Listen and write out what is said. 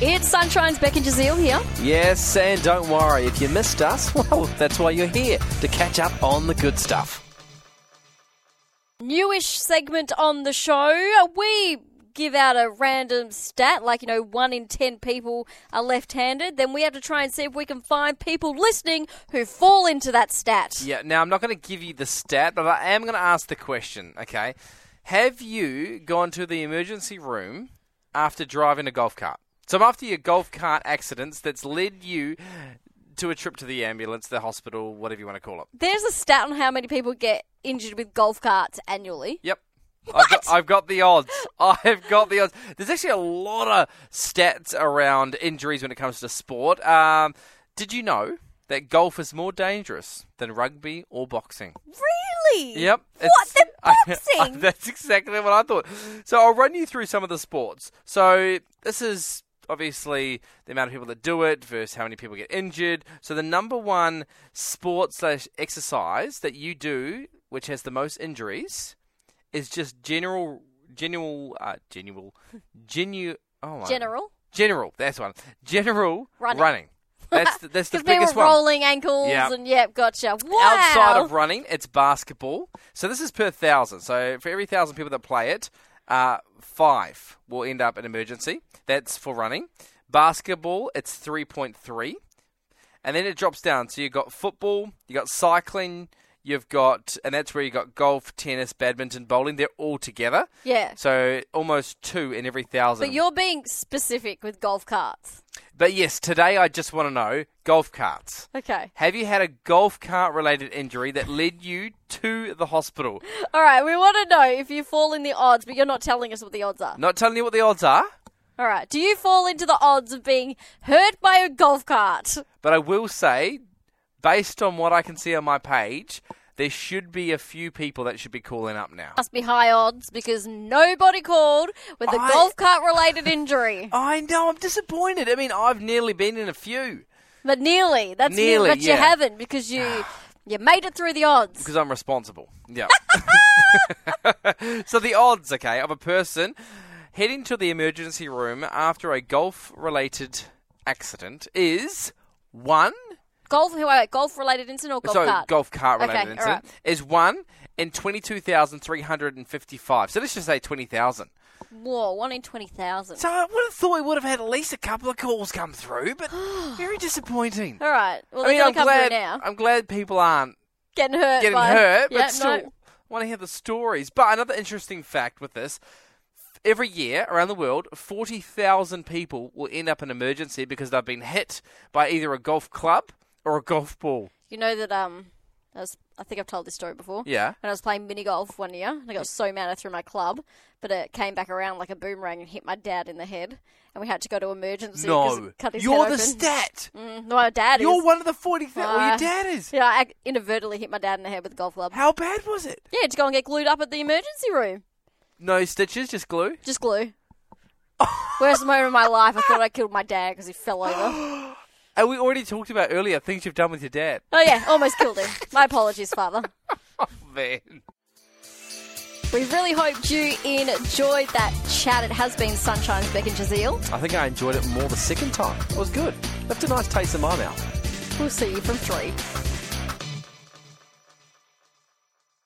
It's Sunshine's Becky Jazeel here. Yes, and don't worry, if you missed us, well, that's why you're here, to catch up on the good stuff. Newish segment on the show. We give out a random stat, like, you know, one in ten people are left handed. Then we have to try and see if we can find people listening who fall into that stat. Yeah, now I'm not going to give you the stat, but I am going to ask the question, okay? Have you gone to the emergency room after driving a golf cart? So after your golf cart accidents that's led you to a trip to the ambulance, the hospital, whatever you want to call it. There's a stat on how many people get injured with golf carts annually. Yep. I've got, I've got the odds. I've got the odds. There's actually a lot of stats around injuries when it comes to sport. Um, did you know that golf is more dangerous than rugby or boxing? Really? Yep. What? it's- They're I- boxing? that's exactly what I thought. So I'll run you through some of the sports. So this is obviously the amount of people that do it versus how many people get injured. So the number one sport slash exercise that you do, which has the most injuries, is just general, general, uh, general, genu. Oh my. General? General. That's one. General Running. running. That's the, that's the Because they were biggest one. rolling ankles Yeah. and, yeah, gotcha. Wow. Outside of running, it's basketball. So this is per thousand. So for every thousand people that play it, uh, five will end up in emergency. That's for running. Basketball, it's three point three, and then it drops down. So you've got football, you have got cycling, you've got, and that's where you have got golf, tennis, badminton, bowling. They're all together. Yeah. So almost two in every thousand. But you're being specific with golf carts. But yes, today I just want to know golf carts. Okay. Have you had a golf cart related injury that led you to the hospital? All right, we want to know if you fall in the odds, but you're not telling us what the odds are. Not telling you what the odds are, All right, do you fall into the odds of being hurt by a golf cart? but I will say, based on what I can see on my page, there should be a few people that should be calling up now. Must be high odds because nobody called with a I- golf cart related injury. I know, I'm disappointed. I mean, I've nearly been in a few But nearly, that's nearly, Nearly, but you yeah. haven't because you you made it through the odds. because I'm responsible. Yeah. so the odds, okay, of a person heading to the emergency room after a golf related accident is one Golf, wait, golf related incident or golf so cart? golf cart related Okay, incident is one in twenty two thousand three hundred and fifty five. So let's just say twenty thousand. Whoa, one in twenty thousand. So I would have thought we would have had at least a couple of calls come through, but very disappointing. All right, well I mean, they're I'm gonna come glad through now. I'm glad people aren't Getting hurt, getting by- hurt, but Yeah, still no. want to hear the stories. But another interesting fact with this. Every year around the world, 40,000 people will end up in emergency because they've been hit by either a golf club or a golf ball. You know that um, I was I think I've told this story before. Yeah. When I was playing mini golf one year, and I got so mad I threw my club, but it came back around like a boomerang and hit my dad in the head, and we had to go to emergency. 'cause no. it cut his You're head the open. stat. Mm, no, my dad You're is. one of the 40,000. well, Uh, your dad is. Yeah, I ac- inadvertently hit my dad in the head with a golf club. How bad was it? Yeah, to go and get glued up at the emergency room. No stitches, just glue. Just glue. Worst moment of my life. I thought I killed my dad because he fell over. And we already talked about earlier things you've done with your dad. Oh yeah, almost killed him. My apologies, father. Man. We really hoped you enjoyed that chat. It has been Sunshine's Beck and Jazeel. I think I enjoyed it more the second time. It was good. Left a nice taste in my mouth. We'll see you from three.